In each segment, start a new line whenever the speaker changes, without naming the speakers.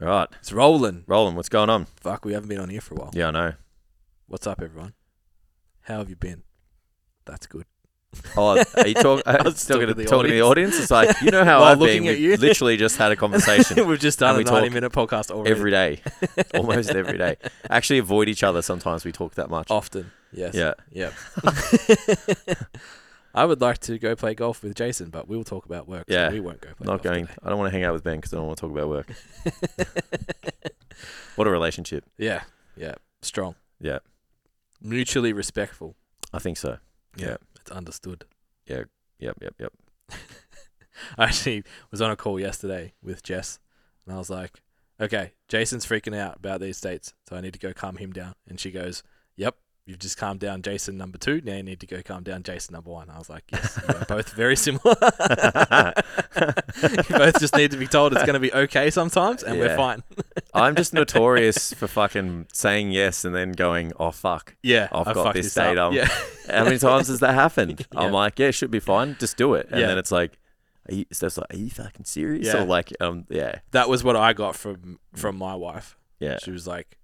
All right,
It's rolling.
Roland, what's going on?
Fuck, we haven't been on here for a while.
Yeah, I know.
What's up, everyone? How have you been? That's good.
Oh, are you talk,
I
are you
was
still going
talking
to
to the
talk to the audience? It's like, you know how
While
I've
looking
been.
at
We've
you.
literally just had a conversation
We've just done
And
a
we talk
ninety-minute podcast already.
every day, almost every day. Actually, avoid each other sometimes. We talk that much.
often. Yes.
yeah.
Yep. I would like to go play golf with Jason, but we'll talk about work. so
Yeah.
we won't go play.
Not
golf
going. I don't want to hang out with Ben because I don't want to talk about work.
today.
What a relationship.
yeah. Yeah. Strong.
Yeah.
Mutually respectful.
I think so. Yeah.
It's understood.
Yep, yep, yep.
I actually was on a call yesterday with Jess, and I was like, "Okay, Jason's freaking out about these dates, so I need to go calm him down." And she goes, "Yep, you've just calmed down Jason number two. Now you need to go calm down Jason number one." I was like, "Yes, you are both very similar. you both just need to be told it's going to be okay sometimes, and
Yeah.
we're fine."
I'm just notorious for fucking saying yes and then going, oh fuck.
Yeah,
I've
I
got
fucked
this
up.
date, um,
Yeah,
How many times has that happened?
Yeah.
I'm like, yeah, it should be fine. Just do it. And
Yeah.
then it's like, are you, so it's like, are you fucking serious?
Yeah.
Or like, um, yeah,
that was what I got from from my wife.
Mm. yeah.
She was like,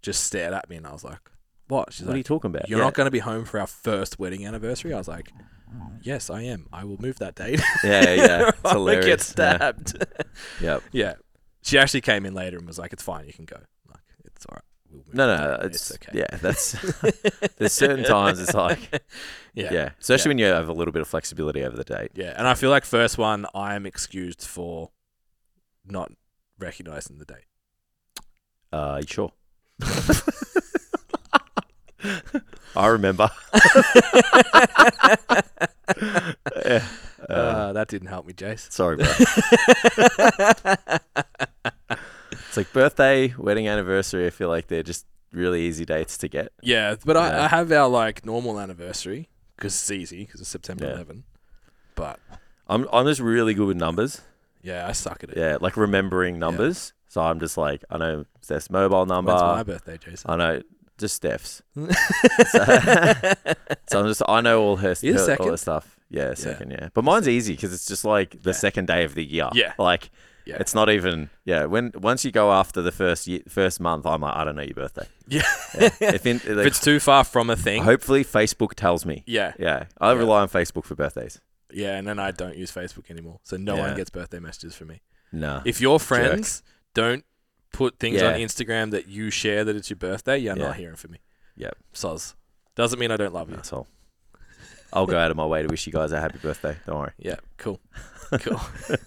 just stared at me, and I was like, "What?" She's
what are
like.
you talking about?
You're
yeah.
not going to be home for our first wedding anniversary. I was like, yes, I am. I will move that date.
yeah, yeah. It's
I'll
hilarious.
get
Yeah.
stabbed.
Yep.
yeah. She actually came in later and was like, it's fine. You can go. I'm Like, it's all right. We'll move
No,
the
no,
date.
it's, yeah. That's there's certain times it's like, yeah,
yeah. Yeah.
especially when you have a little bit of flexibility over the date.
And I feel like first one, I am excused for not recognizing the date.
Uh, you sure? I remember. Yeah.
Uh,
Uh,
that didn't help me, Jace.
sorry, bro. It's like birthday, wedding, anniversary. I feel like they're just really easy dates to get.
yeah. But I,
Yeah.
I have our like normal anniversary because it's easy because it's September
Yeah.
11. But
I'm I'm just really good with numbers.
yeah, I suck at it.
Yeah, like remembering numbers. So I'm just like, I know Steph's mobile number.
When's my birthday, Jason?
I know just Steph's.
yeah,
So I'm just I know all her,
You're
her- all her
second.
stuff. Yeah, second. Yeah, but mine's easy because it's just like the
Yeah.
second day of the year.
Yeah.
like it's not even. Yeah, when once you go after the first year, first month, I'm like, I don't know your birthday.
Yeah.
If, in,
if it's too far from a thing,
hopefully Facebook tells me.
yeah,
Yeah, I
Yeah.
rely on Facebook for birthdays.
yeah, and then I don't use Facebook anymore, so no
Yeah.
one gets birthday messages from me.
Nah.
If your friends don't put things on
Yeah.
Instagram that you share that it's your birthday, you're
Yeah.
not hearing from me.
Yep.
soz doesn't mean I don't love you.
That's all. I'll go out of my way to wish you guys a happy birthday. Don't worry.
Yeah, cool, cool.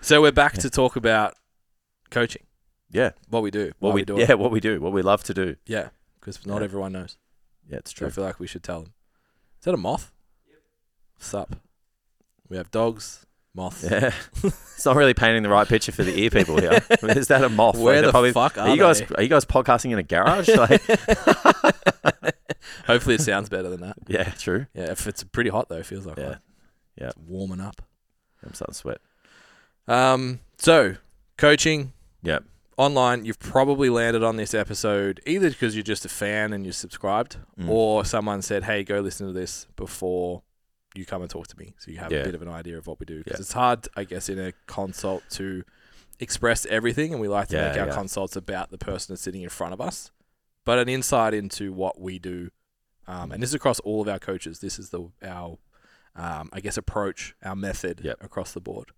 so we're back to talk about coaching,
Yeah.
what we do,
What
why
we,
do,
yeah,
it.
what we do, what we love to do.
yeah, because not
Yeah.
everyone knows.
Yeah, it's
So I
true.
feel like we should tell them. Is that a moth? What's up? We have dogs, moths.
Yeah. it's not really painting the right picture for the ear people here. Is that a moth? Like,
Where
they're
the
probably-
fuck are,
are you guys
they?
are you guys podcasting in a garage? Like,
Hopefully it sounds better than that.
yeah, true.
Yeah, if it's pretty hot though, it feels like
Yeah.
one.
Yeah.
It's warming up.
I'm starting to sweat.
Um, so coaching.
Yep.
Online, you've probably landed on this episode either because you're just a fan and you're subscribed,
Mm.
or someone said, "Hey, go listen to this before you come and talk to me," so you have
Yeah.
a bit of an idea of what we do. Because
Yeah.
it's hard, I guess, in a consult to express everything, and we like to
Yeah,
make our
yeah.
consults about the person that's sitting in front of us, but an insight into what we do, um, and this is across all of our coaches. This is the our, um, I guess, approach, our method
Yep.
across the board.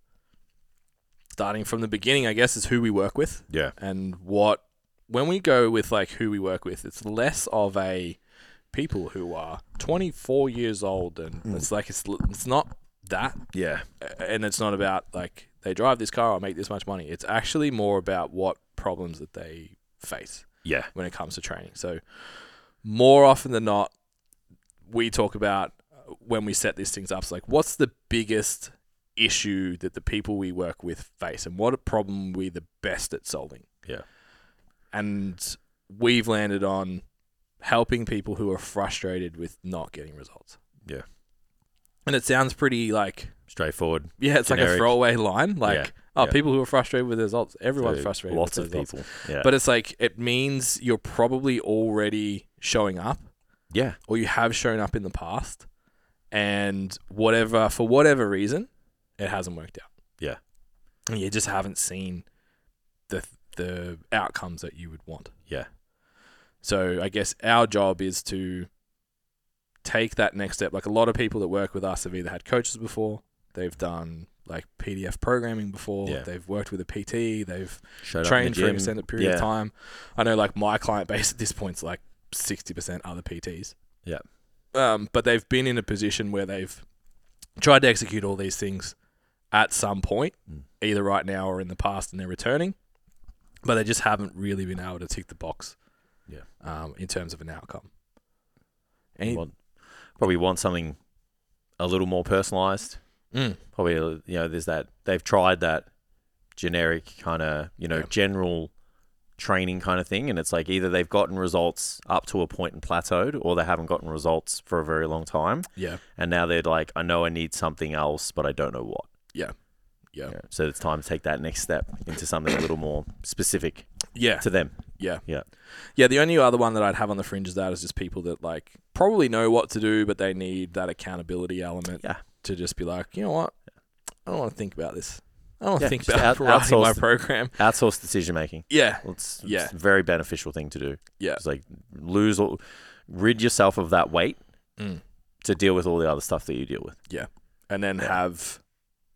Starting from the beginning, I guess, is who we work with
Yeah.
and what when we go with like who we work with it's less of a people who are 24 years old and
Mm.
it's like it's it's not that
Yeah.
uh, and it's not about like they drive this car or make this much money it's actually more about what problems that they face
Yeah.
when it comes to training so more often than not we talk about uh, when we set these things up it's like what's the biggest issue that the people we work with face and what a problem we're the best at solving
Yeah.
and we've landed on helping people who are frustrated with not getting results.
Yeah.
And it sounds pretty like
Straightforward.
yeah, it's like a
Generic.
throwaway line. Like,
Yeah,
oh,
yeah.
people who are frustrated with results. Everyone's
So,
frustrated.
Lots
with
of
results.
people. Yeah.
But it's like it means you're probably already showing up
yeah.
or you have shown up in the past and whatever for whatever reason, it hasn't worked out.
Yeah.
and you just haven't seen the the outcomes that you would want.
Yeah.
So I guess our job is to take that next step. Like a lot of people that work with us have either had coaches before, they've done like PDF programming before,
Yeah.
they've worked with a PT, they've
Showed
trained
up in
for
the
an
gym.
extended period of
Yeah.
time. I know like my client base at this point's like sixty percent other PTs.
Yeah.
Um, but they've been in a position where they've tried to execute all these things at some point,
Mm.
either right now or in the past, and they're returning, but they just haven't really been able to tick the box.
Yeah.
Um, in terms of an outcome.
You
Any,
want- probably want something a little more personalized.
Mm,
Probably uh, you know, there's that they've tried that generic kind of you know
Yeah.
general training kind of thing, and it's like either they've gotten results up to a point and plateaued, or they haven't gotten results for a very long time,
yeah.
and now they're like, I know I need something else, but I don't know what.
Yeah. Yeah.
You know, So it's time to take that next step into something a little more specific
Yeah.
to them.
Yeah.
Yeah.
Yeah, the only other one that I'd have on the fringe of that is just people that like probably know what to do, but they need that accountability element
Yeah.
to just be like, you know what? I don't want to think about this. I don't want
Yeah,
to think
just
about
out-
writing my
outsource the-
program.
Outsource decision making.
Yeah.
Well, It's, it's
Yeah.
a very beneficial thing to do.
Yeah.
It's like lose all, rid yourself of that weight
Mm.
to deal with all the other stuff that you deal with.
And then
Yeah.
have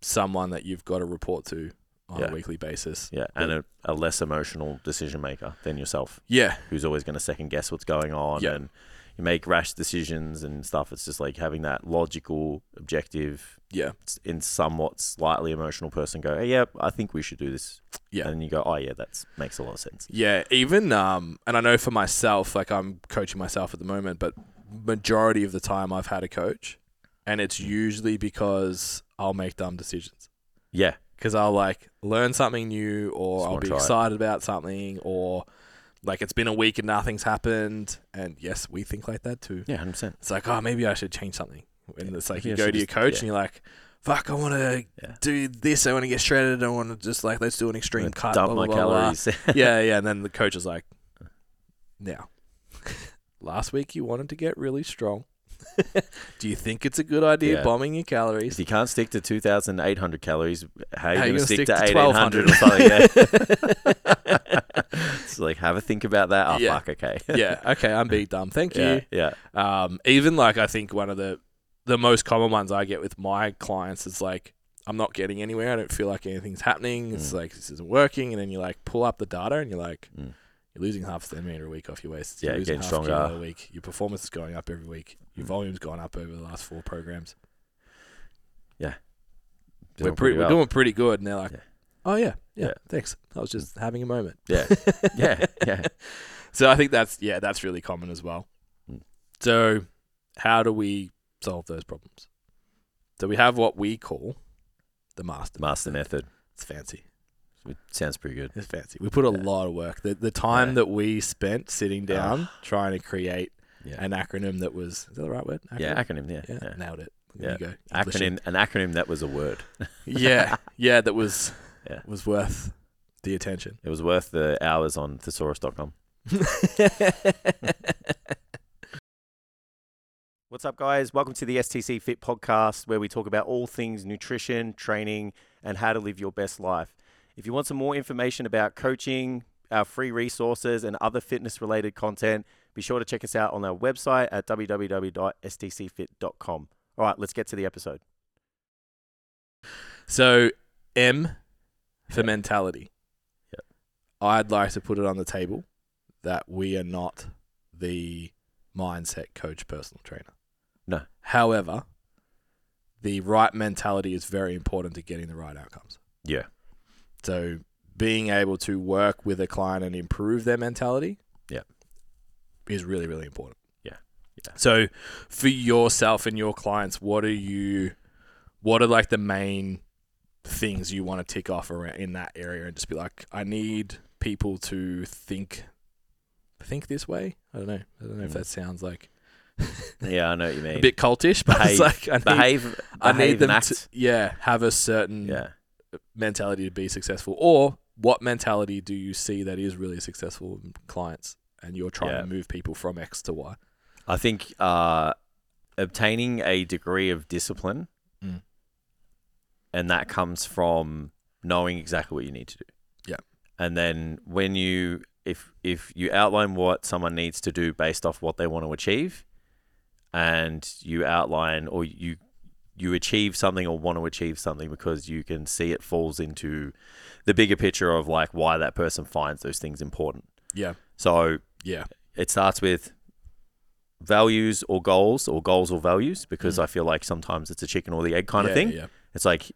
someone that you've got to report to on
Yeah.
a weekly basis.
Yeah. And a, a less emotional decision maker than yourself,
Yeah.
who's always going to second guess what's going on
Yeah.
and you make rash decisions and stuff. It's just like having that logical, objective,
Yeah.
s- in somewhat slightly emotional person go, hey, yeah, I think we should do this.
Yeah.
And you go, oh, yeah, that makes a lot of sense.
Yeah, even um, and I know for myself, like I'm coaching myself at the moment, but majority of the time I've had a coach, and it's
Mm.
usually because I'll make dumb decisions
Yeah.
because I'll like learn something new, or
Just
I'll
wanna
be
try it.
excited about something, or like it's been a week and nothing's happened, and yes, we think like that too.
Yeah, 100%.
It's like, oh, maybe I should change something. And
Yeah,
it's like
maybe
you
I
go
should
to your
just-
coach
yeah.
and you're like, fuck, I want to
Yeah.
do this. I want to get shredded. I want to just like, let's do an extreme
Gonna
cut.
Dump
blah,
my
blah, blah, blah."
calories.
yeah, yeah. And then the coach is like, now, last week you wanted to get really strong. Do you think it's a good idea
Yeah.
bombing your
If
calories?
you can't stick to 2,800 calories, how are you
How
going to stick, to
1,800?
1,800 or something? Yeah. it's like, have a think about that. Oh,
Yeah.
fuck, okay.
yeah. Okay. I'm being dumb. Thank
yeah,
you.
yeah,
Um, even like I think one of the the most common ones I get with my clients is like, I'm not getting anywhere. I don't feel like anything's happening. It's
Mm.
like this isn't working. And then you like pull up the data and you're like,
Mm.
you're losing half a centimeter a week off your waist.
Yeah,
you're losing
getting
half a kilo
stronger.
a week. Your performance is going up every week. Your
Mm.
volume's gone up over the last four programs.
Doing
we're pretty,
well.
we're doing pretty good. And they're like,
Yeah.
oh yeah, yeah,
Yeah.
thanks. I was just having a moment.
Yeah. Yeah, yeah.
So I think that's yeah, that's really common as well.
Mm.
So how do we solve those problems? So we have what we call the master.
Master method.
It's fancy.
It sounds pretty good.
It's fancy. We put a
Yeah.
lot of work. The the time
Yeah.
that we spent sitting down trying to create
Yeah.
an acronym that was is that the right word? Acronym?
yeah, acronym. Yeah.
Yeah,
yeah.
nailed it. There you go. English.
Acronym, an acronym that was a word.
yeah, yeah, that was
Yeah.
was worth the attention.
It was worth the hours on thesaurus.com. What's up, guys? Welcome to the STC Fit podcast, where we talk about all things nutrition, training, and how to live your best life. If you want some more information about coaching, our free resources, and other fitness related content, be sure to check us out on our website at www.stcfit.com. All right, let's get to the episode.
so M for
Yeah.
mentality.
Yep.
I'd like to put it on the table that we are not the mindset coach personal trainer.
No.
However, the right mentality is very important to getting the right outcomes.
Yeah.
So being able to work with a client and improve their mentality
Yeah.
is really, really important.
Yeah. Yeah.
So for yourself and your clients, what are you what are like the main things you want to tick off around in that area and just be like, I need people to think think this way? I don't know. I don't know if
Mm.
that sounds like
Yeah, I know what you mean.
a bit cultish, but
Behave-
it's like I need,
behave,
I need
behave and
them
act.
to yeah, have a certain
yeah.
mentality to be successful or what mentality do you see that is really successful in clients and you're trying
Yeah.
to move people from x to y
I think uh, obtaining a degree of discipline,
Mm.
and that comes from knowing exactly what you need to do.
Yeah.
And then when you if if you outline what someone needs to do based off what they want to achieve and you outline or you you achieve something or want to achieve something because you can see it falls into the bigger picture of like why that person finds those things important.
Yeah.
So
Yeah.
it starts with values or goals or goals or values because
Mm.
I feel like sometimes it's a chicken or the egg kind
Yeah,
of thing.
Yeah.
It's like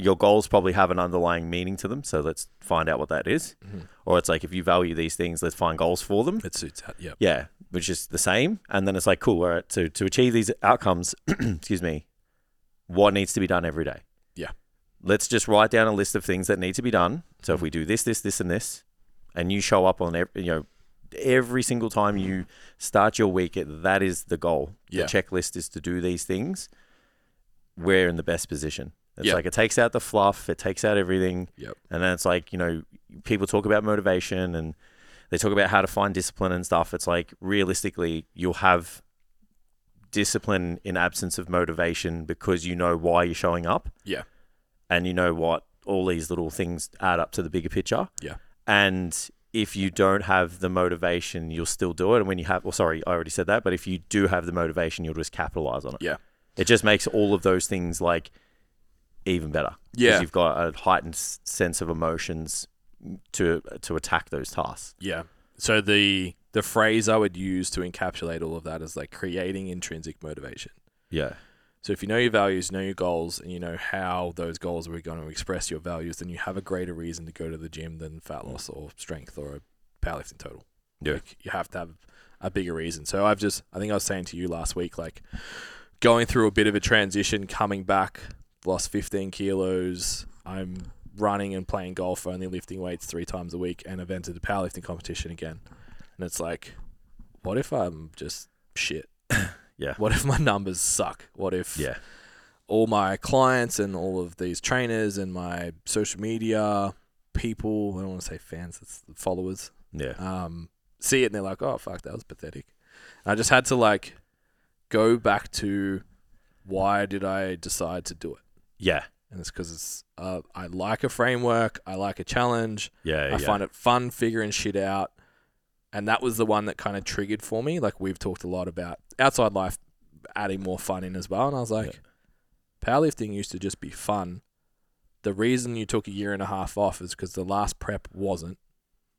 your goals probably have an underlying meaning to them, so let's find out what that is.
Mhm.
Or it's like if you value these things, let's find goals for them.
It suits that. Yeah.
Yeah, which is the same. And then it's like cool, all right, so to achieve these outcomes, excuse me, what needs to be done every day?
Yeah.
Let's just write down a list of things that need to be done. So
Mm-hmm.
if we do this, this, this and this, and you show up on every you know every single time you start your week, it- that is the goal.
Yeah.
The checklist is to do these things. We're in the best position. It's
Yeah.
like it takes out the fluff, it takes out everything.
Yep.
And then it's like, you know, people talk about motivation and they talk about how to find discipline and stuff. It's like realistically, you'll have discipline in absence of motivation because you know why you're showing up.
Yeah.
And you know what all these little things add up to the bigger picture.
Yeah.
And if you don't have the motivation, you'll still do it. And when you have, well, sorry, I already said that, but if you do have the motivation, you'll just capitalize on it.
Yeah.
It just makes all of those things like even better. 'Cause
Yeah.
You've got a heightened s- sense of emotions to to attack those tasks.
Yeah. So the the phrase I would use to encapsulate all of that is like creating intrinsic motivation.
Yeah.
So if you know your values, know your goals, and you know how those goals are going to express your values, then you have a greater reason to go to the gym than fat loss or strength or a powerlifting total.
Yeah.
Like you have to have a bigger reason. So I've just I think I was saying to you last week, like going through a bit of a transition, coming back, lost fifteen kilos, I'm running and playing golf, only lifting weights three times a week, and I've entered a powerlifting competition again. And it's like, what if I'm just shit?
Yeah.
What if my numbers suck? What if
Yeah.
all my clients and all of these trainers and my social media people, I don't want to say fans, it's followers,
Yeah.
um, see it and they're like, oh, fuck, that was pathetic. And I just had to like go back to why did I decide to do it?
Yeah.
And it's because it's, uh, I like a framework, I like a challenge,
Yeah.
I find it fun figuring shit out. And that was the one that kind of triggered for me. Like we've talked a lot about outside life adding more fun in as well. And I was like, powerlifting used to just be fun. The reason you took a year and a half off is because the last prep wasn't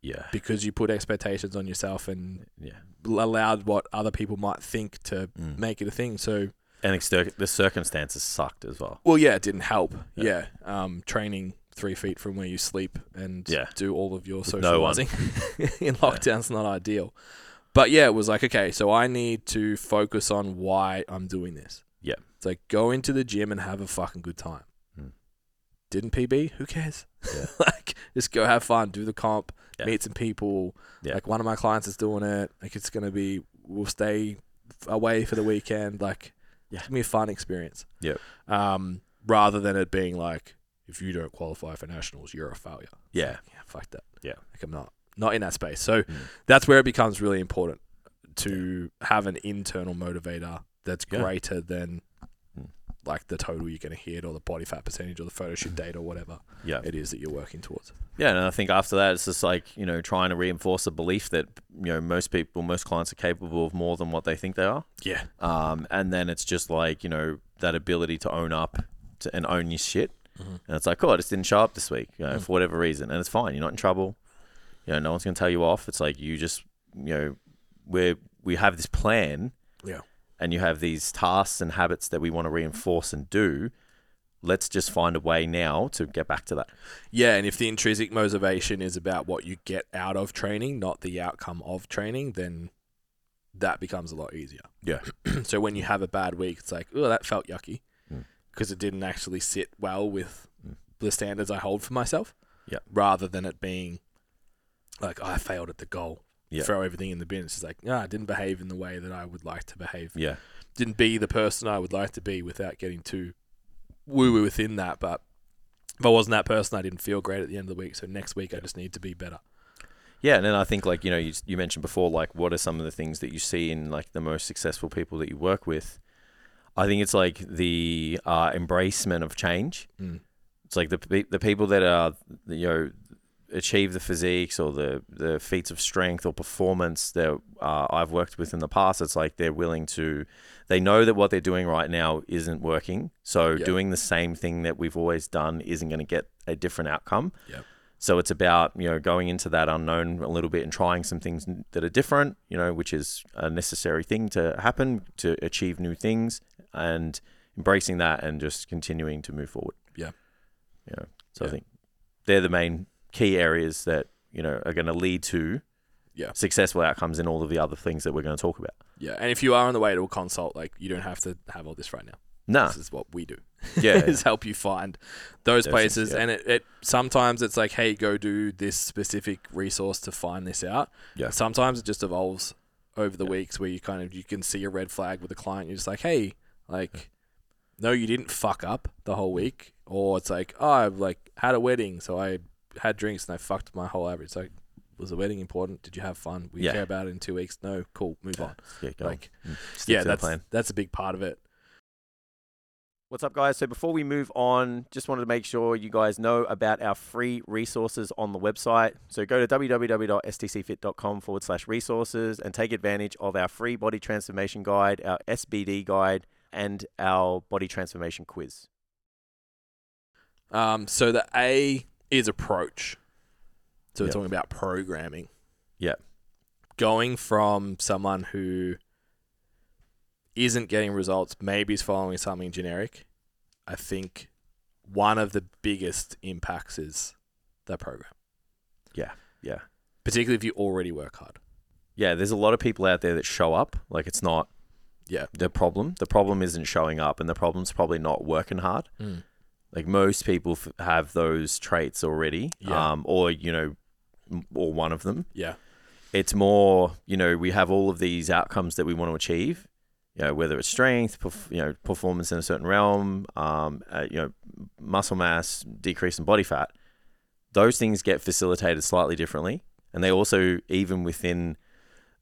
yeah.
because you put expectations on yourself and
Yeah.
allowed what other people might think to
Mm.
make it a thing. So
And the, cir- the circumstances sucked as well.
Well, yeah, it didn't help.
Yeah.
Yeah. Um, training three feet from where you sleep and
Yeah.
do all of your
no one.
socializing in lockdown's not ideal. But yeah, it was like, okay, so I need to focus on why I'm doing this.
Yeah.
It's like go into the gym and have a fucking good time.
Mm.
Didn't PB? Who cares?
Yeah.
like, just go have fun, do the comp,
Yeah.
meet some people.
Yeah.
Like, one of my clients is doing it. Like, it's going to be, we'll stay f- away for the weekend. Like,
Yeah.
it's going to be a fun experience
Yep.
um, rather than it being like, if you don't qualify for nationals, you're a failure.
Yeah.
Yeah, fuck that.
Yeah.
like I'm not not in that space. So
Mm.
that's where it becomes really important to have an internal motivator that's
Yeah.
greater than
Mm.
like the total you're going to hit or the body fat percentage or the photo shoot date or whatever
Yeah.
it is that you're working towards.
Yeah, and I think after that, it's just like you know trying to reinforce the belief that you know most people, most clients are capable of more than what they think they are.
Yeah,
Um, and then it's just like you know that ability to own up to, and own your shit.
Mhm.
And it's like, oh, I just didn't show up this week you know,
Mm.
for whatever reason, and it's fine. You're not in trouble. You know, no one's gonna tell you off. It's like you just you know we we have this plan.
Yeah.
And you have these tasks and habits that we want to reinforce and do. Let's just find a way now to get back to that.
yeah. And if the intrinsic motivation is about what you get out of training, not the outcome of training, then that becomes a lot easier.
Yeah.
so when you have a bad week, it's like, oh, that felt yucky
Mm.
because it didn't actually sit well with
Mm.
the standards I hold for myself.
Yep.
Rather than it being like, "Oh, I failed at the goal.
Yeah.
Throw everything in the bin. It's just like, no, I didn't behave in the way that I would like to behave.
Yeah.
Didn't be the person I would like to be without getting too woo woo within that. But if I wasn't that person, I didn't feel great at the end of the week. So next week, I just need to be better.
Yeah, and then I think like you know you, you mentioned before like what are some of the things that you see in like the most successful people that you work with? I think it's like the uh, embracement of change. It's like the pe- the people that are you know achieve the physiques or the the feats of strength or performance that uh, I've worked with in the past. It's like they're willing to, they know that what they're doing right now isn't working. So
Yep.
doing the same thing that we've always done isn't going to get a different outcome.
Yep.
So it's about you know going into that unknown a little bit and trying some things n- that are different. You know, which is a necessary thing to happen to achieve new things and embracing that and just continuing to move forward.
Yeah.
Yeah. So I
Yeah.
think they're the main key areas that you know are going to lead to
Yeah.
successful outcomes in all of the other things that we're going to talk about.
Yeah, and if you are on the way to a consult, like you don't have to have all this right now.
Nah,
This is what we do.
yeah, yeah,
is help you find those
Those things,
places,
yeah.
and it, it sometimes it's like, hey, go do this specific resource to find this out.
Yeah.
Sometimes it just evolves over the
Yeah.
weeks where you kind of you can see a red flag with a client. You're just like, hey, like, no, you didn't fuck up the whole week, or it's like, oh, I've like had a wedding, so I had drinks and I fucked my whole average. It's like, was the wedding important? Did you have fun? We
Yeah.
care about it in two weeks. No, cool, move on.
yeah, go on.
Like,
Mm, stick
yeah,
to the
that's
plan.
that's a big part of it.
What's up, guys? So, before we move on, just wanted to make sure you guys know about our free resources on the website. So, go to www.stcfit.com forward slash resources and take advantage of our free body transformation guide, our SBD guide, and our body transformation quiz.
Um, so the A is approach. So we're
Yep.
talking about programming.
Yep.
Going from someone who isn't getting results, maybe is following something generic. I think one of the biggest impacts is the program.
Yeah, yeah.
Particularly if you already work hard.
Yeah, there's a lot of people out there that show up. Like, it's not
Yeah.
the problem. The problem isn't showing up, and the problem's probably not working hard. like most people f- have those traits already
Yeah.
um, or you know m- or one of them
Yeah.
it's more you know we have all of these outcomes that we want to achieve you know whether it's strength perf- you know performance in a certain realm um, uh, you know muscle mass decrease in body fat those things get facilitated slightly differently and they also even within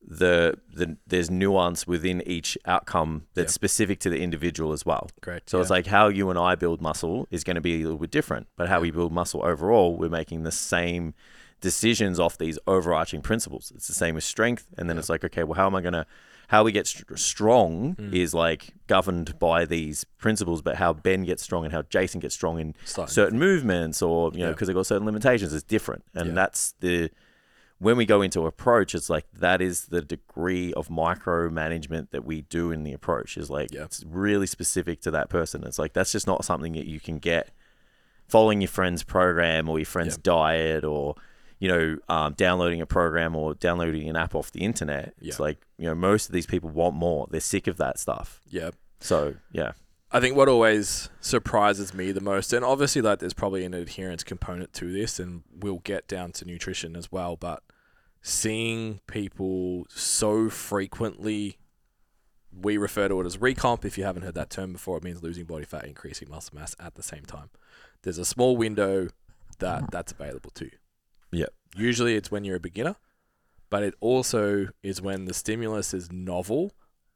the, the there's nuance within each outcome that's
Yeah.
specific to the individual as well
Correct.
so it's like how you and I build muscle is going to be a little bit different, but how we build muscle overall, we're making the same decisions off these overarching principles. It's the same with strength, and then
Yeah.
it's like, okay, well, how am I going to, how we get str strong
Mm.
is like governed by these principles, but how Ben gets strong and how Jason gets strong in
Starting.
certain movements or you know
Yeah.
because they've got certain limitations is different and
Yeah.
that's the when we go into approach it's like that is the degree of micromanagement that we do in the approach is like
Yeah.
it's really specific to that person it's like that's just not something that you can get following your friend's program or your friend's
Yeah.
diet or you know um, downloading a program or downloading an app off the internet it's
Yeah.
like you know most of these people want more they're sick of that stuff
yeah.
so yeah
I think what always surprises me the most, and obviously, like, there's probably an adherence component to this, and we'll get down to nutrition as well. But seeing people so frequently, we refer to it as recomp. If you haven't heard that term before, it means losing body fat, increasing muscle mass at the same time. There's a small window that that's available to you.
Yep.
Usually, it's when you're a beginner, but it also is when the stimulus is novel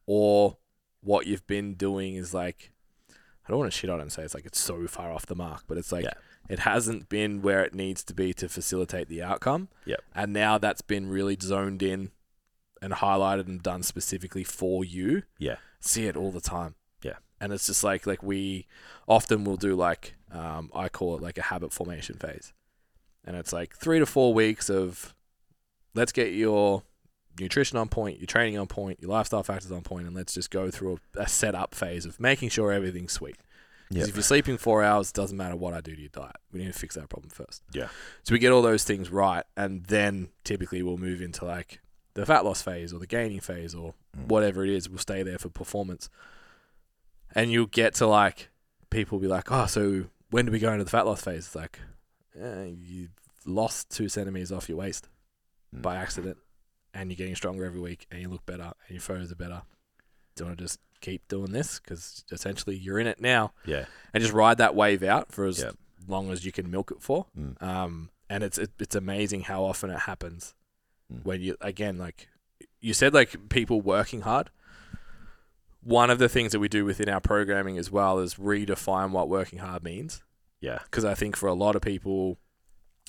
or what you've been doing is like I don't want to shit on it and say it's like it's so far off the mark, but it's like
Yeah.
it hasn't been where it needs to be to facilitate the outcome.
Yep.
And now that's been really zoned in and highlighted and done specifically for you.
Yeah.
See it all the time.
Yeah.
And it's just like like we often will do like um, I call it like a habit formation phase. And it's like three to four weeks of let's get your nutrition on point, your training on point, your lifestyle factors on point, and let's just go through a, a setup phase of making sure everything's sweet.
yeah Mm.
Because if you're sleeping four hours, it doesn't matter what I do to your diet. We need to fix that problem first.
Yeah.
So we get all those things right, and then typically we'll move into like the fat loss phase or the gaining phase or
Mm.
whatever it is. We'll stay there for performance. And you'll get to like, people will be like, oh, so when do we go into the fat loss phase? It's like, eh, you lost two centimeters off your waist
Mm.
by accident, and you're getting stronger every week, and you look better, and your photos are better. Do you want to just keep doing this? Because essentially you're in it now
yeah
and just ride that wave out for as
Yeah.
long as you can milk it for.
Mm.
Um, and it's it, it's amazing how often it happens
Mm.
when you again like you said like people working hard. One of the things that we do within our programming as well is redefine what working hard means.
Yeah.
because I think for a lot of people,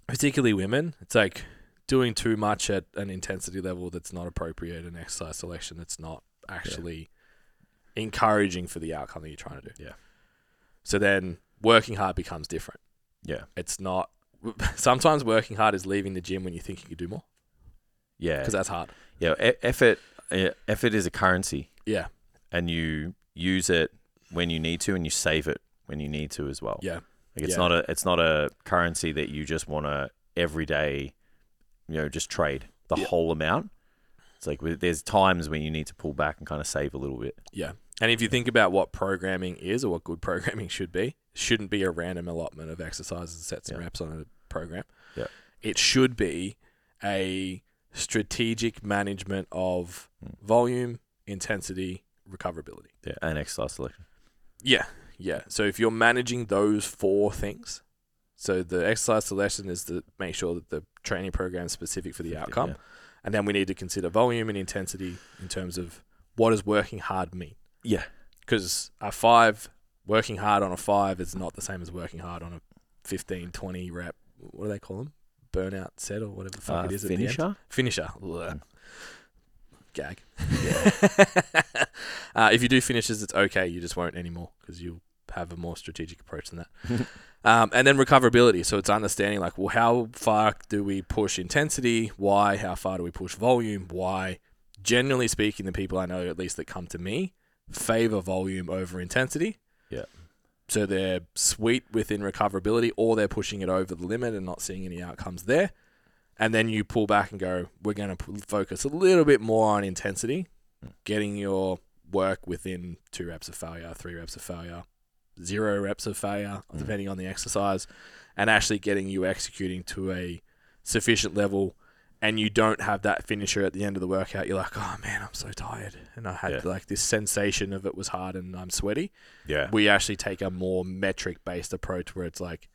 particularly women, it's like doing too much at an intensity level that's not appropriate and exercise selection that's not actually encouraging for the outcome that you're trying to do.
Yeah.
So then working hard becomes different.
Yeah.
It's not. Sometimes working hard is leaving the gym when you think you could do more
Yeah.
because that's hard.
Yeah. e- Effort. yeah, Effort is a currency.
Yeah.
And you use it when you need to, and you save it when you need to as well.
Yeah.
Like it's
Yeah.
not a. It's not a currency that you just want to every day. You know, just trade the
Yeah.
whole amount. It's like with- there's times when you need to pull back and kind of save a little bit.
And if you think about what programming is or what good programming should be, it shouldn't be a random allotment of exercises, sets, and
Yeah.
reps on a program.
Yeah.
It should be a strategic management of
Hmm.
volume, intensity, recoverability.
Yeah. And exercise selection.
Yeah, yeah. So if you're managing those four things, so the exercise selection is to make sure that the training program is specific for the
Yeah.
outcome, and then we need to consider volume and intensity in terms of what does working hard mean
Yeah.
because a five working hard on a five is not the same as working hard on a 15 20 rep what do they call them burnout set or whatever the fuck
Uh,
it is at the end.
finisher.
finisher Ugh. gag uh, if you do finishes it's okay you just won't anymore because you'll have a more strategic approach than that um, and then recoverability so it's understanding like well how far do we push intensity why how far do we push volume why generally speaking the people i know at least that come to me favor volume over intensity.
Yeah.
So they're sweet within recoverability or they're pushing it over the limit and not seeing any outcomes there. And then you pull back and go, we're going to focus a little bit more on intensity, getting your work within two reps of failure, three reps of failure, zero reps of failure,
Mm.
depending on the exercise, and actually getting you executing to a sufficient level. And you don't have that finisher at the end of the workout. You're like, oh man, I'm so tired, and I had
Yeah.
like this sensation of it was hard and I'm sweaty.
Yeah.
We actually take a more metric based approach where it's like,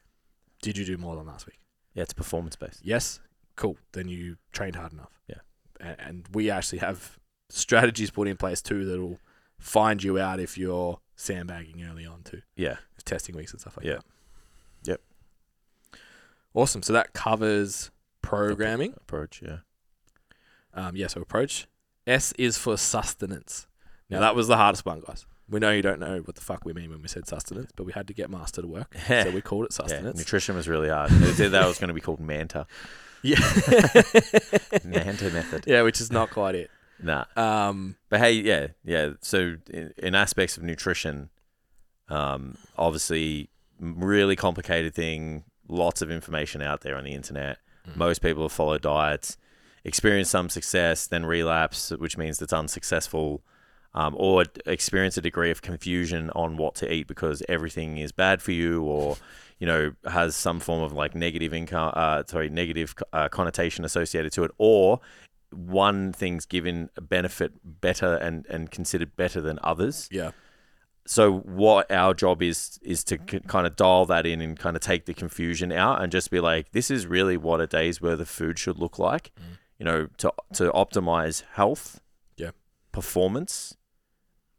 did you do more than last week?
Yeah. It's performance based.
Yes, cool. Then you trained hard enough.
Yeah.
And, and we actually have strategies put in place too that'll find you out if you're sandbagging early on too,
Yeah.
with testing weeks and stuff like
Yeah.
that.
Yep.
Awesome. So that covers programming.
approach. Yeah.
Um, yeah, so approach. S is for sustenance. Now that was the hardest one, guys. We know you don't know what the fuck we mean when we said sustenance, but we had to get master to work, so we called it
Yeah,
sustenance.
nutrition was really hard. They said that was going to be called Manta.
Yeah,
Manta method.
yeah, which is not quite it.
Nah.
Um,
But hey, yeah, yeah. So in, in aspects of nutrition, um, obviously, m- really complicated thing. Lots of information out there on the internet. Most people have followed diets, experience some success, then relapse, which means it's unsuccessful, um, or experience a degree of confusion on what to eat because everything is bad for you, or you know has some form of like negative income, uh, sorry, negative uh, connotation associated to it, or one thing's given a benefit better and, and considered better than others.
yeah,
So what our job is is to c- kind of dial that in and kind of take the confusion out and just be like, this is really what a day's worth of food should look like.
Mm.
You know, to to optimize health,
Yeah.
performance,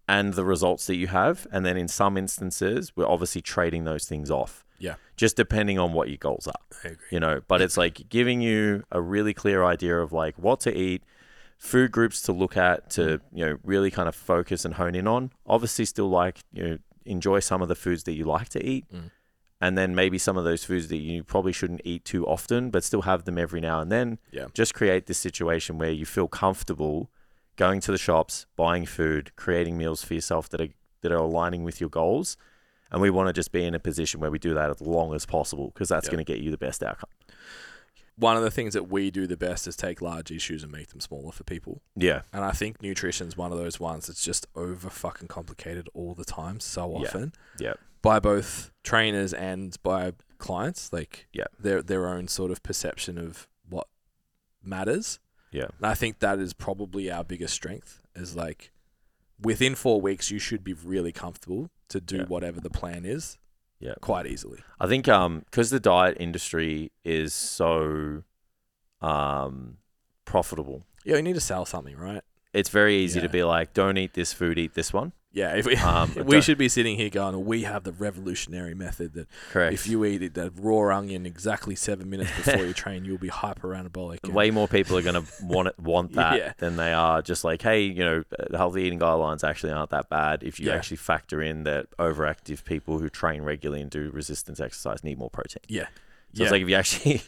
and the results that you have. And then in some instances, we're obviously trading those things off.
Yeah.
just depending on what your goals are
I agree.
you know but it's like giving you a really clear idea of like what to eat food groups to look at to you know really kind of focus and hone in on obviously still like you know enjoy some of the foods that you like to eat
Mm.
and then maybe some of those foods that you probably shouldn't eat too often but still have them every now and then
Yeah.
just create this situation where you feel comfortable going to the shops buying food creating meals for yourself that are that are aligning with your goals and we want to just be in a position where we do that as long as possible because that's
Yeah.
going to get you the best outcome
One of the things that we do the best is take large issues and make them smaller for people.
Yeah,
And I think nutrition's one of those ones that's just over fucking complicated all the time, so
Yeah.
often.
Yeah.
By both trainers and by clients, like
Yeah.
their their own sort of perception of what matters.
Yeah.
And I think that is probably our biggest strength is like within four weeks you should be really comfortable to do
Yeah.
whatever the plan is
Yeah.
quite easily.
I think um because the diet industry is so um profitable,
Yeah, you need to sell something, right?
it's very easy to
Yeah.
be like, don't eat this food, eat this one.
Yeah, if we,
Um,
we
don't-
should be sitting here going, we have the revolutionary method that
Correct.
if you eat it, that raw onion exactly seven minutes before you train, you'll be hyperanabolic. and-
way more people are going to want it, want that
Yeah.
than they are just like, hey, you know, the healthy eating guidelines actually aren't that bad if you
Yeah.
actually factor in that overactive people who train regularly and do resistance exercise need more protein.
yeah.
So it's like if you actually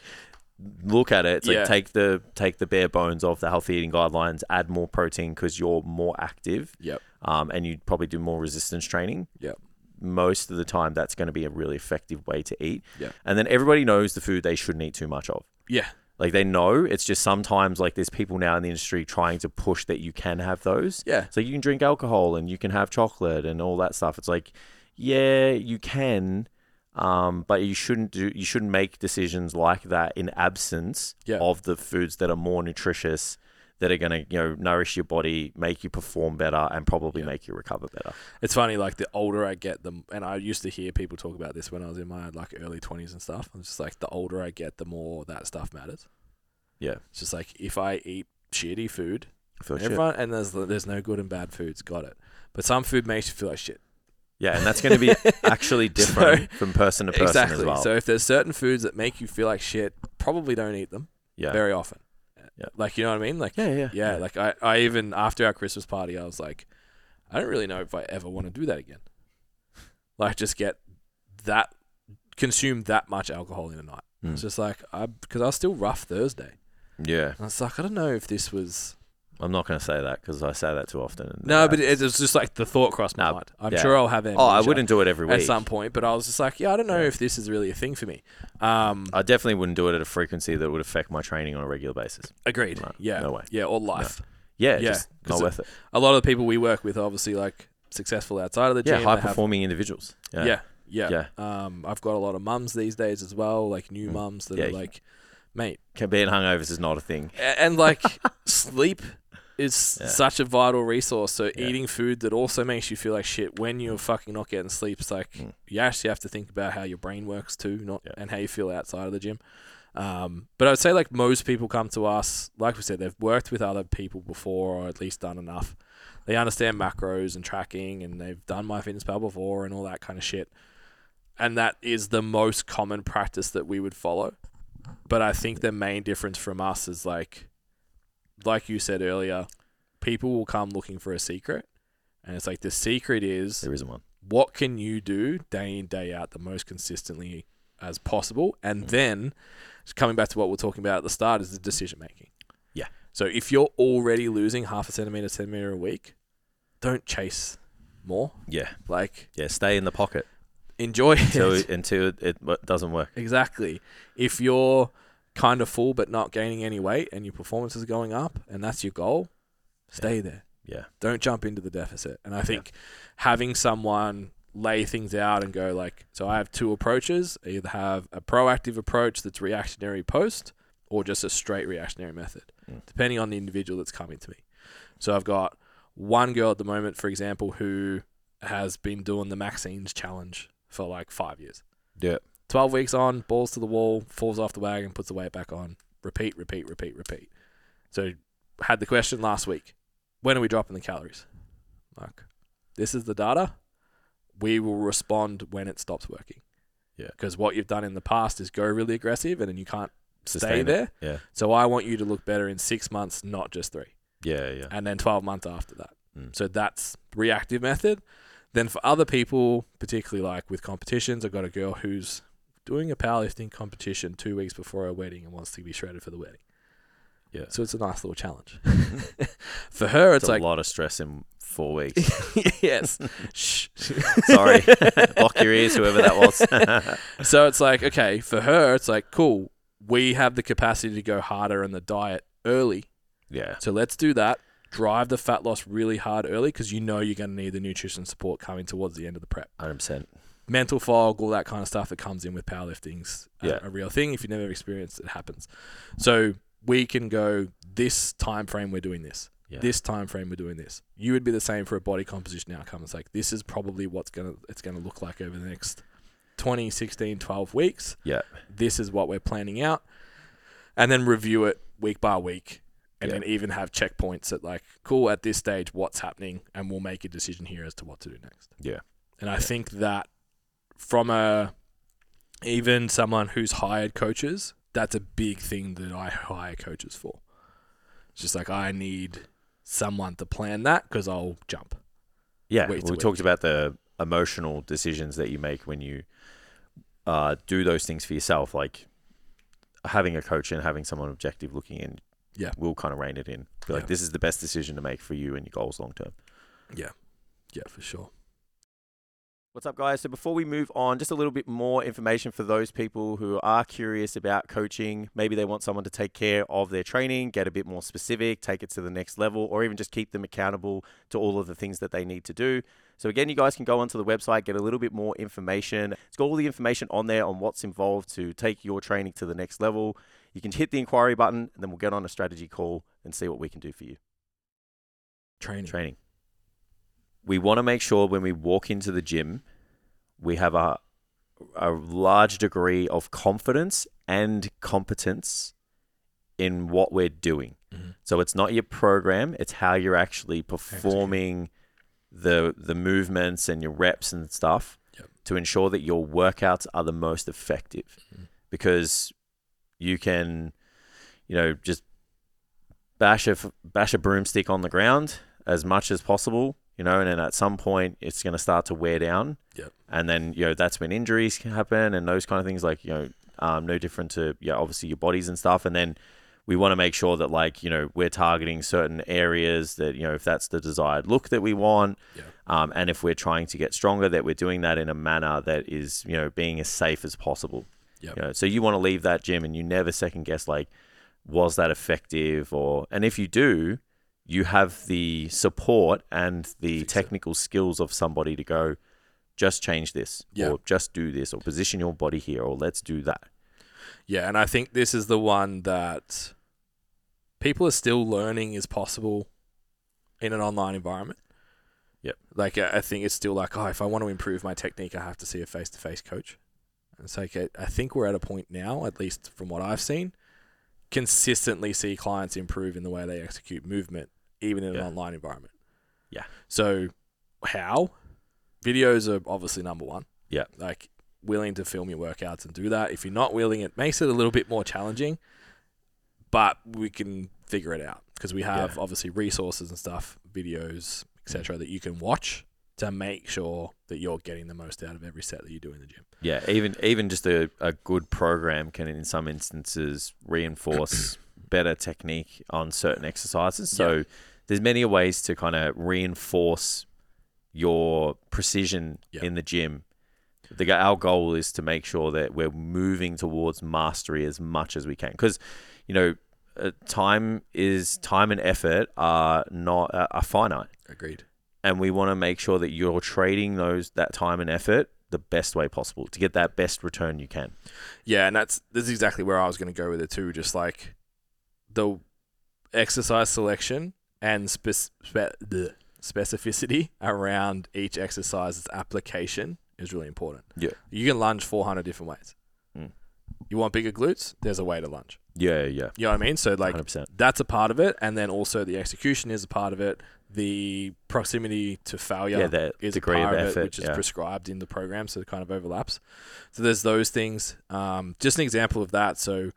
look at it, it's
Yeah.
like take the take the bare bones of the healthy eating guidelines, add more protein because you're more active,
Yep.
um, and you probably do more resistance training.
Yep.
Most of the time, that's going to be a really effective way to eat.
Yep.
And then everybody knows the food they shouldn't eat too much of.
Yeah.
Like they know it's just sometimes like there's people now in the industry trying to push that you can have those.
Yeah.
So you can drink alcohol and you can have chocolate and all that stuff. It's like, yeah, you can, um, but you shouldn't do. You shouldn't make decisions like that in absence
Yeah.
of the foods that are more nutritious, that are gonna you know nourish your body, make you perform better, and probably
Yeah.
make you recover better.
It's funny, like the older I get, the and I used to hear people talk about this when I was in my like early twenties and stuff. I'm just like, the older I get, the more that stuff matters.
Yeah.
It's just like if I eat shitty food,
I feel shit.
everyone and there's there's no good and bad foods. Got it. But some food makes you feel like shit.
Yeah, and that's gonna be actually different from person to person
exactly.
as well.
So if there's certain foods that make you feel like shit, probably don't eat them
yeah.
very often.
Yeah.
Like you know what I mean? Like
yeah, yeah,
yeah, like I, I even after our Christmas party, I was like, I don't really know if I ever want to do that again. Like, just get that, consume that much alcohol in a night.
Mm.
It's just like I because I was still rough Thursday.
yeah.
And I was like, I don't know if this was
I'm not going to say that because I say that too often. and
no,
it
but it, it was just like the thought crossed my
No,
mind. I'm
yeah.
sure I'll have
happens.
amnesia
oh, I wouldn't do it every
at
week.
some point, but I was just like, yeah, I don't know
Yeah. Uh,
if this is really a thing for me. Um,
I definitely wouldn't do it at a frequency that would affect my training on a regular basis.
agreed.
no,
yeah,
no way.
yeah, or life.
Yeah,
Yeah,
just not
'cause it-
worth it.
A lot of the people we work with, are obviously, like successful outside of the
Yeah,
gym,
high
they have
performing individuals. Yeah.
Yeah. Yeah. Um, I've got a lot of mums these days as well, like new
Mm.
mums that
Yeah,
are
you-
like, mate,
Can- Being hungovers is not a thing.
a- and like sleep is
Yeah.
such a vital resource. So
Yeah.
eating food that also makes you feel like shit when you're fucking not getting sleep, it's like
Mm.
you actually have to think about how your brain works too, not
Yeah.
and how you feel outside of the gym. Um, but I would say like most people come to us, like we said, they've worked with other people before or at least done enough. They understand macros and tracking and they've done MyFitnessPal before and all that kind of shit. And that is the most common practice that we would follow. But I think the main difference from us is like, like you said earlier, people will come looking for a secret. And it's like the secret is
There isn't one.
what can you do day in day out the most consistently as possible
Hmm.
and then just coming back to what we're talking about at the start is the decision making
Yeah.
so if you're already losing half a centimeter centimeter a week don't chase more
Yeah,
like
yeah. Stay in the pocket
enjoy it
until until it, it w- doesn't work.
exactly if you're kind of full but not gaining any weight and your performance is going up and that's your goal stay there
Yeah,
don't jump into the deficit. And I think having someone lay things out and go like, so I have two approaches. I either have a proactive approach that's reactionary post, or just a straight reactionary method,
Mm.
depending on the individual that's coming to me. So I've got one girl at the moment, for example, who has been doing the Maxine's challenge for like five years.
yeah.
12 weeks on, balls to the wall, falls off the wagon, puts the weight back on. Repeat, repeat, repeat, repeat. So, had the question last week when are we dropping the calories? Like, this is the data. We will respond when it stops working.
Yeah.
Because what you've done in the past is go really aggressive and then you can't stay
Sustain it.
there.
Yeah.
So, I want you to look better in six months, not just three
Yeah, yeah.
and then 12 months after that.
Mm.
So that's reactive method. Then for other people, particularly like with competitions, I've got a girl who's doing a powerlifting competition two weeks before her wedding and wants to be shredded for the wedding.
Yeah.
So it's a nice little challenge. for her,
It's,
it's,
a
like,
lot of stress in four weeks.
yes. Shh.
Sorry, block your ears, whoever that was.
So it's like, okay, for her, it's like, cool, we have the capacity to go harder in the diet early.
yeah,
So let's do that. Drive the fat loss really hard early because you know you're going to need the nutrition support coming towards the end of the prep.
hundred percent.
mental fog, all that kind of stuff that comes in with powerlifting's a-
Yeah.
a, real thing. If you've never experienced it, it happens. So we can go this time frame we're doing this.
Yeah.
This time frame we're doing this. You would be the same for a body composition outcome. It's like this is probably what's gonna it's gonna look like over the next 20, 16, 12 weeks.
Yeah.
This is what we're planning out. And then review it week by week and
Yeah.
then even have checkpoints at like, cool, at this stage, what's happening, and we'll make a decision here as to what to do next.
Yeah.
and I think that from a even someone who's hired coaches, that's a big thing that I hire coaches for. It's just like I need someone to plan that because I'll jump.
Yeah,
Wait to
we
wait.
talked about the emotional decisions that you make when you uh, do those things for yourself, like having a coach and having someone objective looking in.
Yeah.
will kind of rein it in. Be like,
Yeah.
this is the best decision to make for you and your goals long term.
Yeah, for sure.
What's up, guys? So, before we move on, just a little bit more information for those people who are curious about coaching. Maybe they want someone to take care of their training, get a bit more specific, take it to the next level, or even just keep them accountable to all of the things that they need to do. So, again, you guys can go onto the website, get a little bit more information. It's got all the information on there on what's involved to take your training to the next level. You can hit the inquiry button, and then we'll get on a strategy call and see what we can do for you
Training.
training. We want to make sure when we walk into the gym, we have a a large degree of confidence and competence in what we're doing.
Mhm.
So it's not your program, it's how you're actually performing the the movements and your reps and stuff
Yep.
to ensure that your workouts are the most effective.
Mhm.
Because you can you know just bash a f- bash a broomstick on the ground as much as possible, you know, and then at some point it's going to start to wear down.
Yep.
And then, you know, that's when injuries can happen and those kind of things, like, you know, um, no different to, yeah, obviously your bodies and stuff. And then we want to make sure that, like, you know, we're targeting certain areas that, you know, if that's the desired look that we want.
Yeah.
Um, and if we're trying to get stronger, that we're doing that in a manner that is, you know, being as safe as possible.
Yep.
You know, so you want to leave that gym and you never second guess, like, was that effective? Or, and if you do, you have the support and the
Fix it.
technical skills of somebody to go just change this
Yeah.
or just do this or position your body here or let's do that
Yeah, and I think this is the one that people are still learning is possible in an online environment.
Yep.
Like I I think it's still like, oh, if I want to improve my technique, I have to see a face-to-face coach. And so like, I I think we're at a point now, at least from what I've seen, consistently see clients improve in the way they execute movement, even in
Yeah.
an online environment.
Yeah.
So how? Videos are obviously number one.
Yeah.
Like willing to film your workouts and do that. If you're not willing, it makes it a little bit more challenging, but we can figure it out because we have obviously resources and stuff, videos,
Mm.
etc., that you can watch to make sure that you're getting the most out of every set that you do in the gym.
yeah even even just a, a good program can in some instances reinforce better technique on certain exercises so there's many ways to kind of reinforce your precision
Yeah.
in the gym the, go- our goal is to make sure that we're moving towards mastery as much as we can because you know uh, time is time and effort are not uh, are finite
Agreed.
and we want to make sure that you're trading those that time and effort the best way possible to get that best return you can.
Yeah, and that's this is exactly where I was going to go with it too. Just like the exercise selection and spec- spe- bleh, specificity around each exercise's application is really important.
Yeah.
you can lunge 400 different ways.
Mm.
You want bigger glutes? There's a way to lunge.
Yeah, yeah,
You know what I mean? So like
hundred percent.
that's a part of it, and then also the execution is a part of it. The proximity to failure
Yeah, that
is a
degree of
part of,
effort.
it, which is
yeah.
prescribed in the program, so it kind of overlaps. So there's those things. Um, just an example of that. So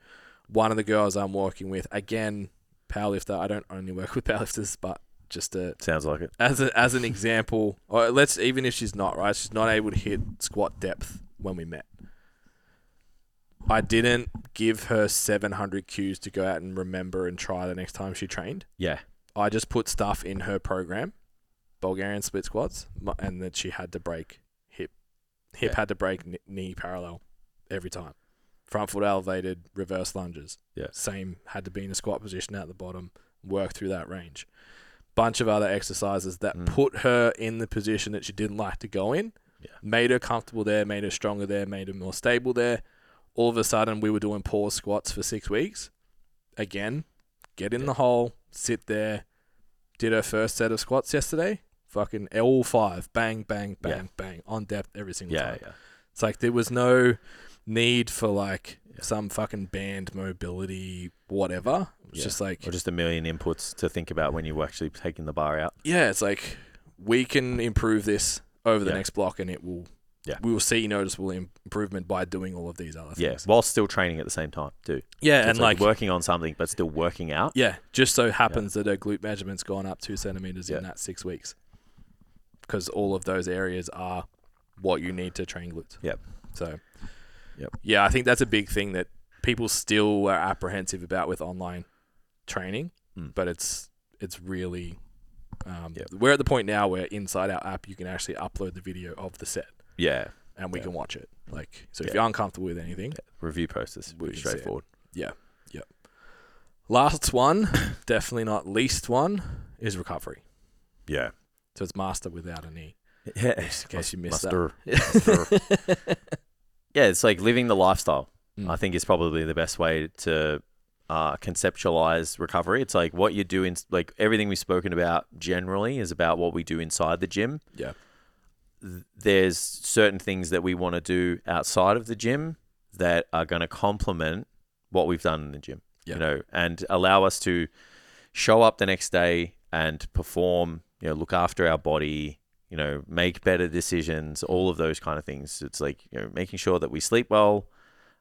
one of the girls I'm working with, again, powerlifter. I don't only work with powerlifters, but just a,
Sounds like it.
as a, as an example, or let's even if she's not right, she's not able to hit squat depth when we met. I didn't give her 700 cues to go out and remember and try the next time she trained.
Yeah,
I just put stuff in her program, Bulgarian split squats, mu- and that she had to break hip, hip
Yeah.
had to break kn- knee parallel every time, front foot elevated, reverse lunges,
Yeah.
same had to be in a squat position at the bottom, work through that range, bunch of other exercises that
Mm.
put her in the position that she didn't like to go in,
Yeah.
made her comfortable there, made her stronger there, made her more stable there. All of a sudden, we were doing pause squats for six weeks. Again, get in
Yeah.
the hole, sit there, did her first set of squats yesterday. Fucking all five, bang, bang, bang,
Yeah.
bang, on depth every single
yeah,
time.
yeah.
It's like there was no, need for like some fucking band mobility, whatever. It's
Yeah.
just like
Or just a million inputs to think about when you're actually taking the bar out.
yeah, it's like we can improve this over the
Yeah.
next block, and it will.
Yeah.
we will see noticeable im- improvement by doing all of these other
Yeah,
things.
while still training at the same time, too.
Yeah,
So
and
it's like,
like,
working on something, but still working out.
yeah, just so happens that her glute measurement's gone up two centimeters
Yeah.
in that six weeks, because all of those areas are what you need to train glutes.
Yep.
So,
Yep.
yeah, I think that's a big thing that people still are apprehensive about with online training,
Mm.
but it's it's really um,
Yep.
we're at the point now where inside our app you can actually upload the video of the set
Yeah.
and we
Yeah.
can watch it. Like, so if
Yeah.
you're uncomfortable with anything,
Review process,
We
pretty
can see it.
straightforward.
last one, definitely not least one, is recovery.
Yeah.
So it's master without an e.
Yeah.
Just in case you missed
Muster.
that.
Yeah, it's like living the lifestyle.
Mm.
I think is probably the best way to uh, conceptualize recovery. It's like what you do in like everything we've spoken about generally is about what we do inside the gym.
Yeah.
Th- There's certain things that we want to do outside of the gym that are going to complement what we've done in the gym.
Yeah.
You know, and allow us to show up the next day and perform. You know, look after our body. You know, make better decisions. All of those kind of things. It's like you know, making sure that we sleep well,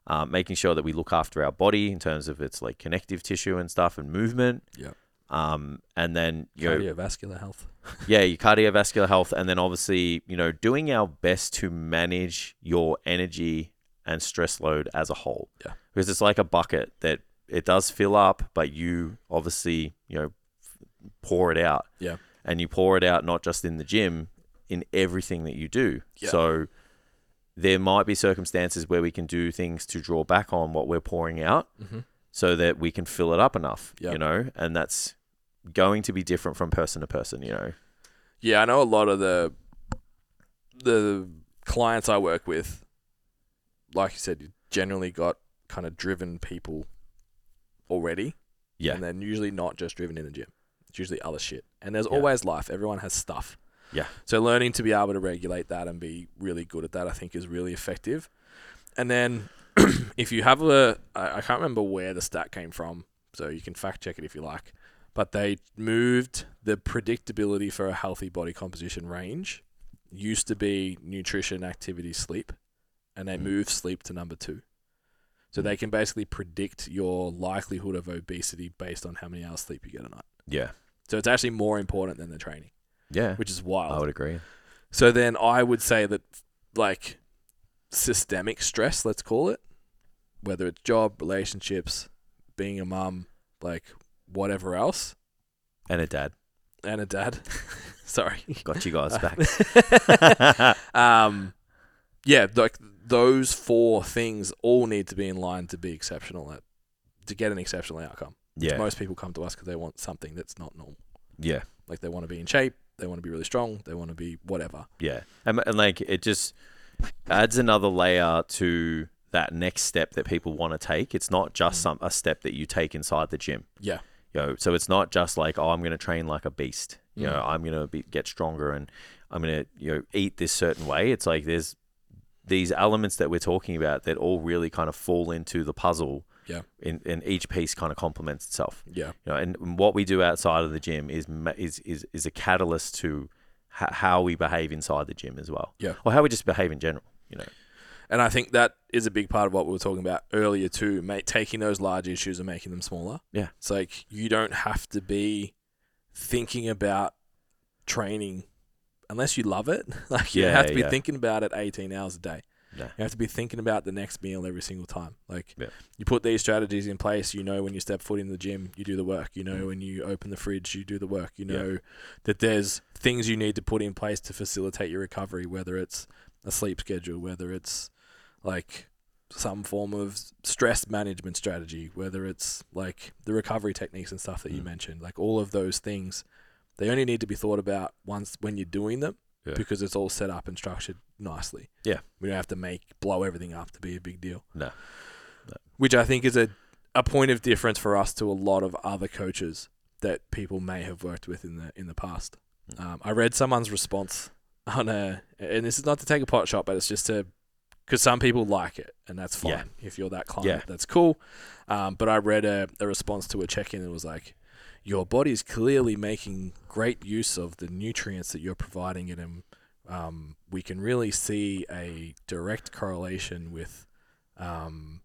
um, making sure that we look after our body in terms of its like connective tissue and stuff and movement.
Yep.
Um, and then you know,
Cardiovascular health.
yeah, your cardiovascular health, and then obviously you know doing our best to manage your energy and stress load as a whole.
Yeah.
Because it's like a bucket that it does fill up, but you obviously you know f- pour it out.
Yeah.
And you pour it out not just in the gym, in everything that you do.
Yeah.
So there might be circumstances where we can do things to draw back on what we're pouring out
Mm-hmm.
so that we can fill it up enough,
Yeah.
you know, and that's going to be different from person to person, you know.
Yeah, I know a lot of the the clients I work with, like you said, you generally got kind of driven people already.
Yeah.
And they're usually not just driven in the gym. It's usually other shit. And there's
Yeah.
always life. Everyone has stuff.
Yeah.
So learning to be able to regulate that and be really good at that, I think, is really effective. And then if you have a, I I can't remember where the stat came from, so you can fact check it if you like. But they moved the predictability for a healthy body composition range. Used to be nutrition, activity, sleep, and they
Mm.
moved sleep to number two. So they can basically predict your likelihood of obesity based on how many hours sleep you get a night.
Yeah.
So it's actually more important than the training,
Yeah.
which is wild.
I would agree.
So then I would say that like systemic stress, let's call it, whether it's job, relationships, being a mum, like whatever else,
And a dad.
and a dad. Sorry.
Got you guys back.
um yeah, like those four things all need to be in line to be exceptional at to get an exceptional outcome.
yeah.
Most people come to us because they want something that's not normal.
yeah.
Like they want to be in shape, they want to be really strong, they want to be whatever.
Yeah. And, and like it just adds another layer to that next step that people want to take. It's not just some a step that you take inside the gym.
Mm. Yeah.
You know, so it's not just like, oh, I'm going to train like a beast. You know,
Mm.
I'm going to be, get stronger and I'm going to, you know, eat this certain way. It's like there's these elements that we're talking about that all really kind of fall into the puzzle.
Yeah.
And, and each piece kind of complements itself
Yeah.
you know, and what we do outside of the gym is ma- is is, is a catalyst to ho- how we behave inside the gym as well.
Yeah.
Or how we just behave in general. You know.
And I think that is a big part of what we were talking about earlier too, mate, taking those large issues and making them smaller.
Yeah.
It's like you don't have to be thinking about training unless you love it. Like you don't
Yeah,
have to be
yeah.
thinking about it 18 hours a day.
Yeah.
You have to be thinking about the next meal every single time. Like
Yeah.
you put these strategies in place, you know when you step foot in the gym, you do the work. You know when you open the fridge, you do the work. You
Yeah.
know that there's things you need to put in place to facilitate your recovery, whether it's a sleep schedule, whether it's like some form of stress management strategy, whether it's like the recovery techniques and stuff that you
Mm.
mentioned, like all of those things, they only need to be thought about once when you're doing them
Yeah.
because it's all set up and structured nicely.
Yeah.
We don't have to make blow everything up to be a big deal.
No. No.
Which I think is a, a point of difference for us to a lot of other coaches that people may have worked with in the in the past.
Mm.
Um, I read someone's response on a, and this is not to take a pot shot, but it's just to because some people like it, and that's fine.
Yeah.
If you're that client,
Yeah.
that's cool. Um, but I read a, a response to a check in that was like, your body is clearly making great use of the nutrients that you're providing it, and um, we can really see a direct correlation with um,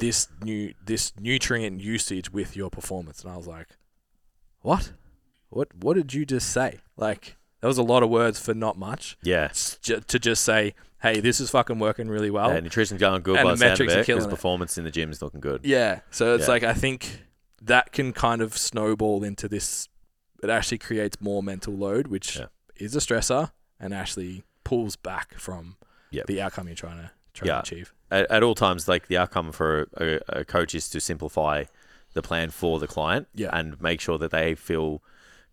this new this nutrient usage with your performance. And I was like, what? What? What did you just say? Like that was a lot of words for not much
Yeah.
s- ju- to just say, "Hey, this is fucking working really well."
yeah, nutrition's going good
and
by
the
the sound of
metrics are
it because
killing it.
performance in the gym is looking good.
yeah, so it's
Yeah.
like I think that can kind of snowball into this. It actually creates more mental load, which
Yeah.
is a stressor, and actually pulls back from
Yep.
the outcome you're trying to trying
Yeah.
to achieve.
At, at all times, like the outcome for a, a coach is to simplify the plan for the client
Yeah.
and make sure that they feel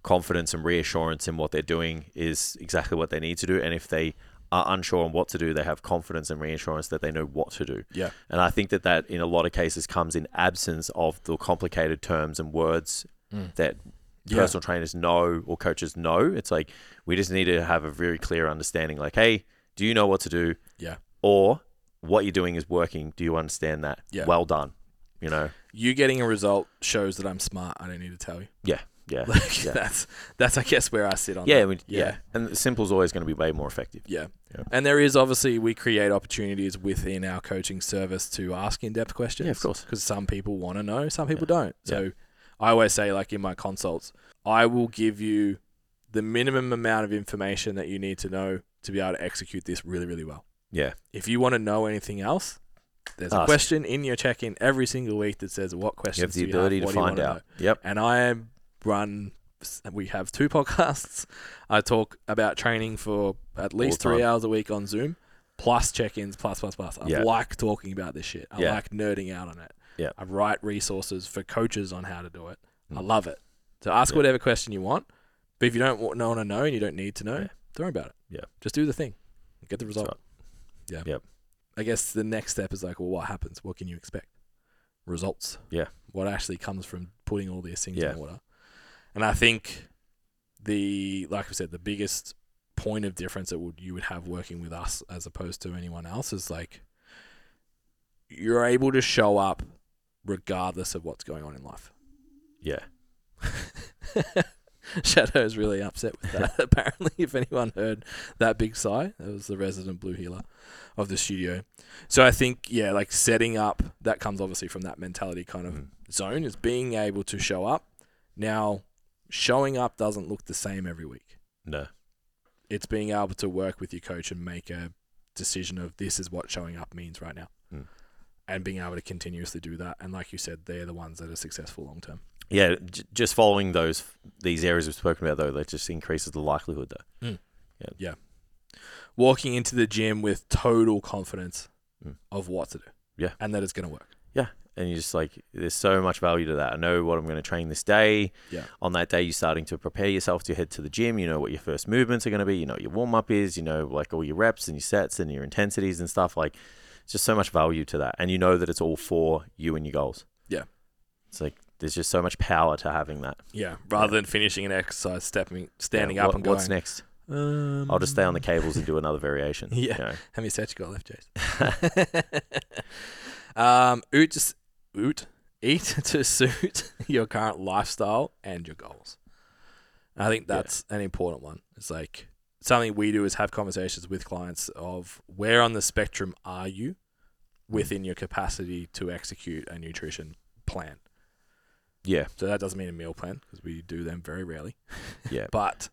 confidence and reassurance in what they're doing is exactly what they need to do. And if they are unsure on what to do, they have confidence and reassurance that they know what to do.
Yeah,
And I think that that in a lot of cases comes in absence of the complicated terms and words that
Mm. Yeah.
personal trainers know or coaches know. It's like we just need to have a very clear understanding like, hey, do you know what to do?
yeah.
Or what you're doing is working. Do you understand that?
Yeah.
Well done. You know?
You getting a result shows that I'm smart. I don't need to tell you.
Yeah. Yeah.
Like
Yeah.
that's that's I guess where I sit on.
Yeah,
that.
I mean, yeah.
Yeah.
And simple's always going to be way more effective.
Yeah.
Yeah.
And there is obviously we create opportunities within our coaching service to ask in-depth questions.
Yeah, of course.
Because some people want to know, some people don't. So I always say, like in my consults, I will give you the minimum amount of information that you need to know to be able to execute this really, really well.
Yeah.
If you want to know anything else, there's a
Ask.
question in your check-in every single week that says what questions
You have the
do
ability
you have,
to
what
find
do you wanna
out. Yep.
and I run. We have two podcasts. I talk about training for at least
the
three
time.
hours a week on Zoom, plus check-ins, plus plus plus. I
Yeah.
like talking about this shit. I
Yeah.
like nerding out on it.
Yeah. Mm.
I write resources for coaches on how to do it. I love it. So ask whatever question you want, but if you don't want, want to know and you don't need to know, don't worry about it.
Yeah.
Just do the thing, get the result.
right.
Yeah.
Yep.
I guess the next step is like, well, what happens? What can you expect? Results
Yeah.
what actually comes from putting all these things
Yeah.
in order. And I think the like I said, the biggest point of difference that would you would have working with us as opposed to anyone else is like you're able to show up regardless of what's going on in life.
Yeah.
Shadow's really upset with that. Apparently, if anyone heard that big sigh, that was the resident blue healer of the studio. So I think, yeah, like setting up that comes obviously from that mentality kind of
Mm.
zone is being able to show up. Now, showing up doesn't look the same every week.
No.
It's being able to work with your coach and make a decision of this is what showing up means right now.
Mm.
And being able to continuously do that. And like you said, they're the ones that are successful long term.
Yeah, j- just following those these areas we've spoken about though, that just increases the likelihood though.
Mm. walking into the gym with total confidence
Mm.
of what to do.
Yeah.
And that it's going to work.
And you're just like, there's so much value to that. I know what I'm going to train this day.
Yeah.
On that day, you're starting to prepare yourself to head to the gym. You know what your first movements are going to be. You know what your warm up is. You know like all your reps and your sets and your intensities and stuff. Like, it's just so much value to that. And you know that it's all for you and your goals.
Yeah.
It's like there's just so much power to having that.
Yeah. Rather than finishing an exercise, stepping, standing
Yeah,
up
what-
and going,
What's next?
Um,
I'll just stay on the cables and do another variation.
Yeah.
you know.
How many sets you got left, Jace? um, oot, to s- oot, eat to suit your current lifestyle and your goals. I think
Yeah.
that's an important one. It's like something we do is have conversations with clients of where on the spectrum are you within your capacity to execute a nutrition plan.
Yeah.
So that doesn't mean a meal plan because we do them very rarely.
Yeah.
but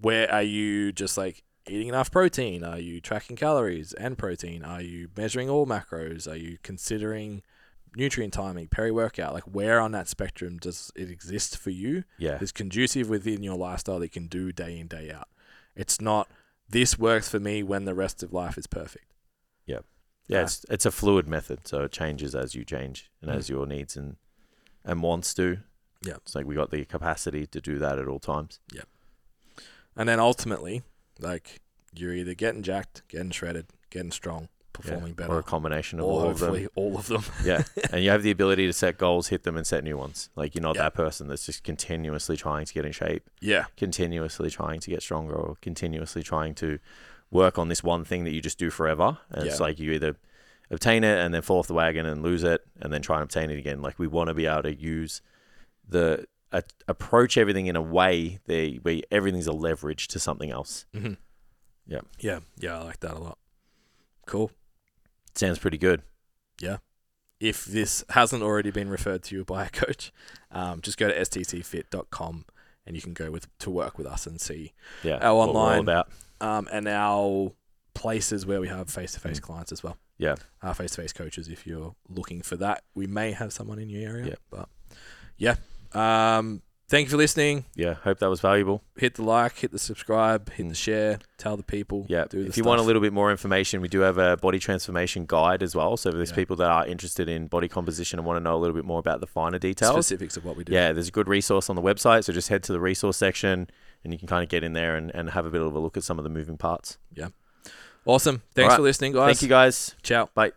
where are you just like eating enough protein? Are you tracking calories and protein? Are you measuring all macros? Are you considering nutrient timing, peri workout? Like where on that spectrum does it exist for you?
Yeah.
That's conducive within your lifestyle that you can do day in, day out. It's not this works for me when the rest of life is perfect.
Yeah,
Yeah.
it's it's a fluid method, so it changes as you change and
Mm.
as your needs and and wants do.
Yeah.
it's like we got the capacity to do that at all times.
And then ultimately, like you're either getting jacked, getting shredded, getting strong,
Yeah,
performing
or a
better.
combination of
Or
all of them.
hopefully all of them.
Yeah, and you have the ability to set goals, hit them, and set new ones. Like you're not
Yeah.
that person that's just continuously trying to get in shape,
Yeah.
continuously trying to get stronger, or continuously trying to work on this one thing that you just do forever. And it's
Yeah.
like you either obtain it and then fall off the wagon and lose it and then try and obtain it again. Like we want to be able to use the a, approach everything in a way that where everything's a leverage to something else.
Mm-hmm.
Yeah.
Yeah. Yeah. I like that a lot. Cool.
Sounds pretty good.
if this hasn't already been referred to you by a coach, um, just go to stcfit.com and you can go with to work with us and see
Yeah.
Our
what we're all
online-
about.
um, and our places where we have face to face clients as well.
Mm. Yeah.
our face to face coaches. If you're looking for that, we may have someone in your area.
Yeah.
but yeah. Um, thank you for listening.
Yeah. Hope that was valuable.
Hit the like, hit the subscribe, hit the
Mm.
share. Tell the people.
Yeah.
do the
if you want a
stuff.
little bit more information, we do have a body transformation guide as well. So for those
Yeah.
people that are interested in body composition and want to know a little bit more about the finer details,
specifics of what we do.
yeah, there's a good resource on the website. So just head to the resource section and you can kind of get in there and, and have a bit of a look at some of the moving parts.
Awesome. Thanks
Alright.
for listening, guys.
Thank you guys.
Ciao.
Bye.